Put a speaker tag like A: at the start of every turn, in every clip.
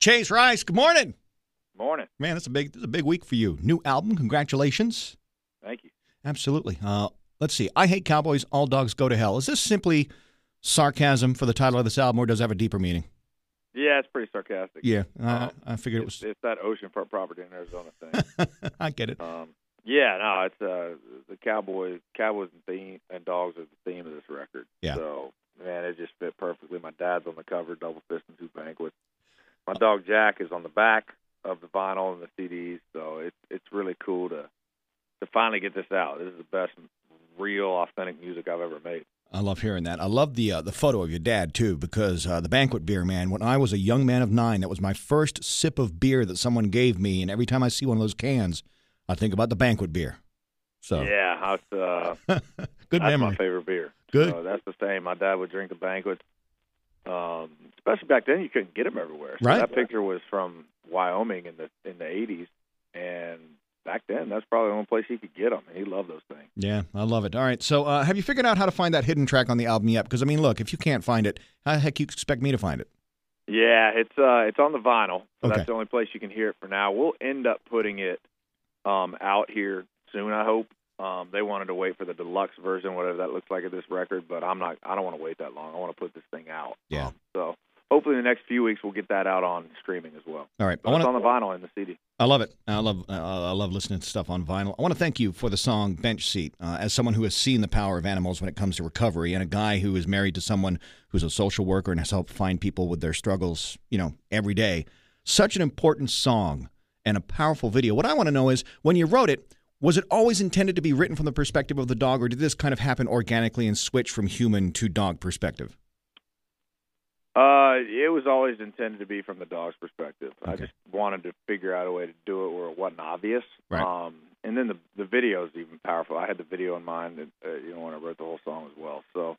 A: Chase Rice, good morning.
B: Morning.
A: Man, that's a big this is a big week for you. New album, congratulations.
B: Thank you.
A: Absolutely. Uh, let's see. I hate cowboys. All dogs go to hell. Is this simply sarcasm for the title of this album, or does it have a deeper meaning?
B: Yeah, it's pretty sarcastic.
A: Yeah, I
B: Um,
A: I figured it
B: It's,
A: was.
B: it's that oceanfront property in Arizona thing.
A: I get it.
B: um, yeah, no, it's uh, the Cowboys, Cowboys and, theme, and dogs are the theme of this record.
A: Yeah.
B: So man, it just fit perfectly. My dad's on the cover, double fist and two banquets. My dog Jack is on the back of the vinyl and the CDs. So it's it's really cool to to finally get this out. This is the best real authentic music I've ever made.
A: I love hearing that. I love the uh, the photo of your dad too, because uh, the banquet beer, man. When I was a young man of nine, that was my first sip of beer that someone gave me, and every time I see one of those cans, I think about the banquet beer. So
B: Yeah, it's uh,
A: good
B: that's
A: memory.
B: my favorite beer.
A: Good.
B: So that's the same. My dad would drink the banquets. Um, especially back then, you couldn't get them everywhere. So
A: Right.
B: That picture was from Wyoming in the in the eighties, and back then, that's probably the only place he could get them. And he loved those things.
A: Yeah, I love it. All right, so uh, have you figured out how to find that hidden track on the album yet? Because I mean, look, if you can't find it, how the heck you expect me to find it?
B: Yeah, it's uh, it's on the vinyl, so
A: Okay.
B: that's the only place you can hear it for now. We'll end up putting it um, out here soon, I hope. Um, they wanted to wait for the deluxe version, whatever that looks like of this record, but I'm not. I don't want to wait that long. I want to put this thing out.
A: Yeah.
B: Um, so hopefully, in the next few weeks, we'll get that out on streaming as well.
A: All right, I
B: But
A: want
B: it's
A: to.
B: on the vinyl and the CD.
A: I love it. I love. Uh, I love listening to stuff on vinyl. I want to thank you for the song "Bench Seat." Uh, as someone who has seen the power of animals when it comes to recovery, and a guy who is married to someone who's a social worker and has helped find people with their struggles, you know, every day, such an important song and a powerful video. What I want to know is when you wrote it, was it always intended to be written from the perspective of the dog, or did this kind of happen organically and switch from human to dog perspective?
B: Uh, it was always intended to be from the dog's perspective. I
A: Okay.
B: just wanted to figure out a way to do it where it wasn't obvious.
A: Right.
B: Um, and then the the video is even powerful. I had the video in mind, and, uh, you know, when I wrote the whole song as well. So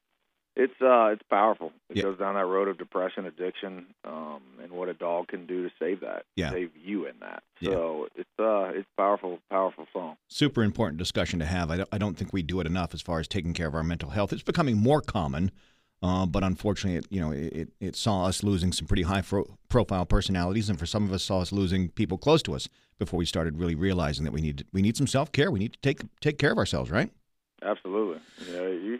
B: it's uh, it's powerful. It
A: Yeah.
B: goes down that road of depression, addiction, um, and what a dog can do to save that,
A: Yeah.
B: save you in that.
A: Yeah.
B: So it's uh, it's powerful, powerful song.
A: super important discussion to have. I don't, I don't think we do it enough as far as taking care of our mental health. It's becoming more common, uh, but unfortunately, it, you know, it, it, it saw us losing some pretty high fro- profile personalities, and for some of us, saw us losing people close to us before we started really realizing that we need we need some self care. We need to take take care of ourselves, right?
B: Absolutely. You know, you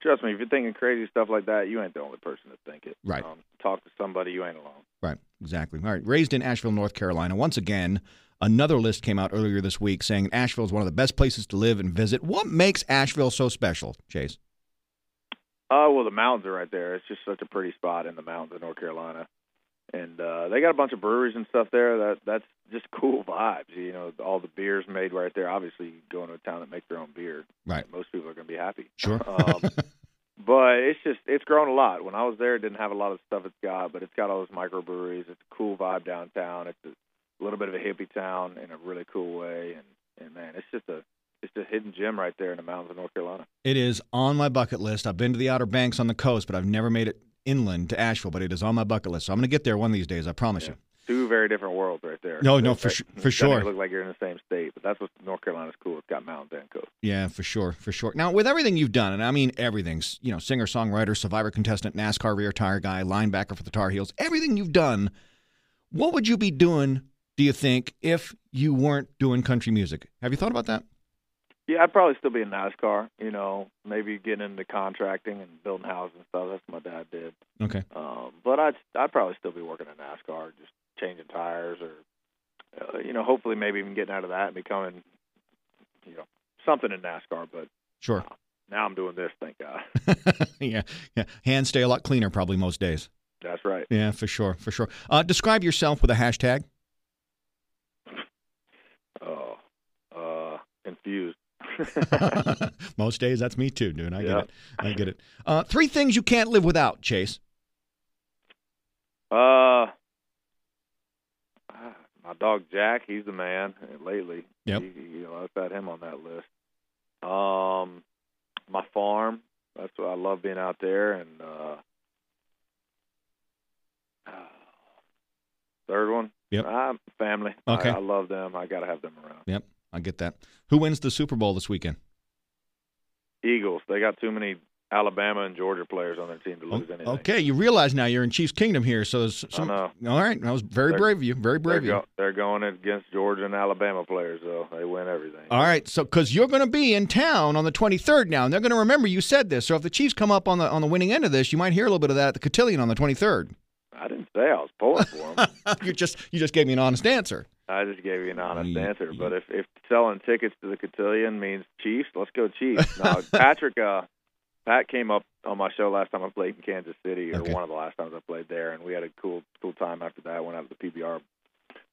B: trust me. If you're thinking crazy stuff like that, you ain't the only person to think it.
A: Right.
B: Um, talk to somebody. You ain't alone.
A: Right, exactly. All right, raised in Asheville, North Carolina. Once again, another list came out earlier this week saying Asheville is one of the best places to live and visit. What makes Asheville so special, Chase?
B: Oh well, the mountains are right there. It's just such a pretty spot in the mountains of North Carolina, and uh, they got a bunch of breweries and stuff there. That that's just cool vibes. You know, all the beers made right there. Obviously, going to a town that makes their own beer,
A: Right.
B: most people are going to be happy.
A: Sure.
B: Um, but it's just it's grown a lot. When I was there, it didn't have a lot of stuff it's got, but it's got all those microbreweries. It's a cool vibe downtown. It's a little bit of a hippie town in a really cool way, and and man, it's just a it's a hidden gem right there in the mountains of North Carolina.
A: It is on my bucket list. I've been to the Outer Banks on the coast, but I've never made it inland to Asheville. But it is on my bucket list, so I'm going to get there one of these days. I promise
B: Yeah.
A: you.
B: two very different worlds right there.
A: No, no,
B: That-
A: for
B: that
A: su- for
B: doesn't
A: sure.
B: Look like you're in the same state, but that's what North Carolina's cool. It's got mountains and coast.
A: Yeah, for sure, for sure. Now, with everything you've done, and I mean everything, s- you know, singer, songwriter, survivor contestant, NASCAR rear tire guy, linebacker for the Tar Heels, everything you've done, what would you be doing? Do you think if you weren't doing country music? Have you thought about that?
B: Yeah, I'd probably still be in NASCAR. You know, maybe getting into contracting and building houses and stuff. That's what my dad did.
A: Okay.
B: Um, but I'd I'd probably still be working in NASCAR, just changing tires or uh, you know, hopefully maybe even getting out of that and becoming you know something in NASCAR. But
A: Sure.
B: now I'm doing this. Thank God.
A: yeah, yeah. Hands stay a lot cleaner probably most days.
B: That's right.
A: Yeah, for sure, for sure. Uh, describe yourself with a hashtag.
B: Oh, uh, infused.
A: Most days, that's me too, dude. I get
B: Yeah.
A: it. I get it. Uh, three things you can't live without, Chase.
B: Uh, ah, my dog Jack, he's the man lately.
A: Yep.
B: He, you know, I've had him on that list. Um, my farm. That's what I love being out there. And uh, ah, third one.
A: Yep.
B: I'm family.
A: Okay.
B: I, I love them. I gotta have them around.
A: Yep, I get that. Who wins the Super Bowl this weekend?
B: Eagles. They got too many Alabama and Georgia players on their team to lose anything.
A: Okay, you realize now you're in Chiefs Kingdom here, so there's some.
B: I
A: All right, that was very
B: They're-
A: brave of you. Very
B: They're,
A: brave of you.
B: go, they're going against Georgia and Alabama players, though. They win everything.
A: All right, so because you're going to be in town on the 23rd now, and they're going to remember you said this. So if the Chiefs come up on the on the winning end of this, you might hear a little bit of that at the Cotillion on the 23rd.
B: I didn't say I was pulling for them.
A: you just you just gave me an honest answer.
B: I just gave you an honest
A: You-
B: answer.
A: you-
B: But if if selling tickets to the cotillion means Chiefs, let's go Chiefs. No, Patrick, uh, Pat came up on my show last time I played in Kansas City, or
A: Okay.
B: one of the last times I played there, and we had a cool cool time after that. Went out to the PBR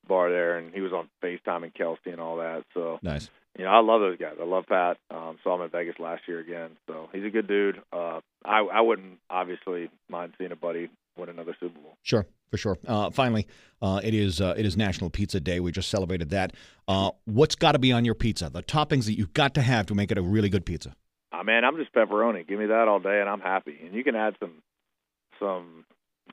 B: bar there, and he was on FaceTime and Kelsey and all that. So
A: Nice.
B: you know, I love those guys. I love Pat. Um, saw him in Vegas last year again. So he's a good dude. Uh, I I wouldn't obviously mind seeing a buddy win another Super Bowl.
A: Sure, for sure. Uh, finally, uh, it is uh, it is National Pizza Day. We just celebrated that. Uh, what's got to be on your pizza? The toppings that you've got to have to make it a really good pizza.
B: I mean, Ah, I'm just pepperoni. Give me that all day, and I'm happy. And you can add some, some,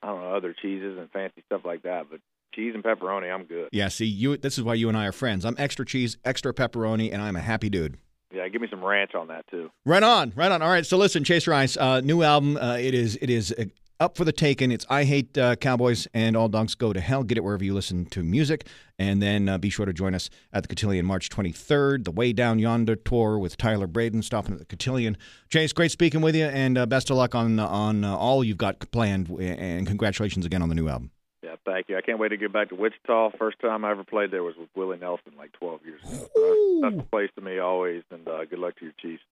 B: I don't know, other cheeses and fancy stuff like that. But cheese and pepperoni, I'm good.
A: Yeah. See, you. This is why you and I are friends. I'm extra cheese, extra pepperoni, and I'm a happy dude.
B: Yeah, give me some ranch on that too.
A: Right on, right on. All right, so listen, Chase Rice, uh, new album. Uh, it is it is uh, up for the taking. It's I hate uh, cowboys and all dogs go to hell. Get it wherever you listen to music, and then uh, be sure to join us at the Cotillion March 23rd, the Way Down Yonder tour with Tyler Braden stopping at the Cotillion. Chase, great speaking with you, and uh, best of luck on on uh, all you've got planned, and congratulations again on the new album.
B: Yeah, thank you. I can't wait to get back to Wichita. First time I ever played there was with Willie Nelson like 12 years ago. So that's, that's a place to me always. And uh, good luck to your Chiefs.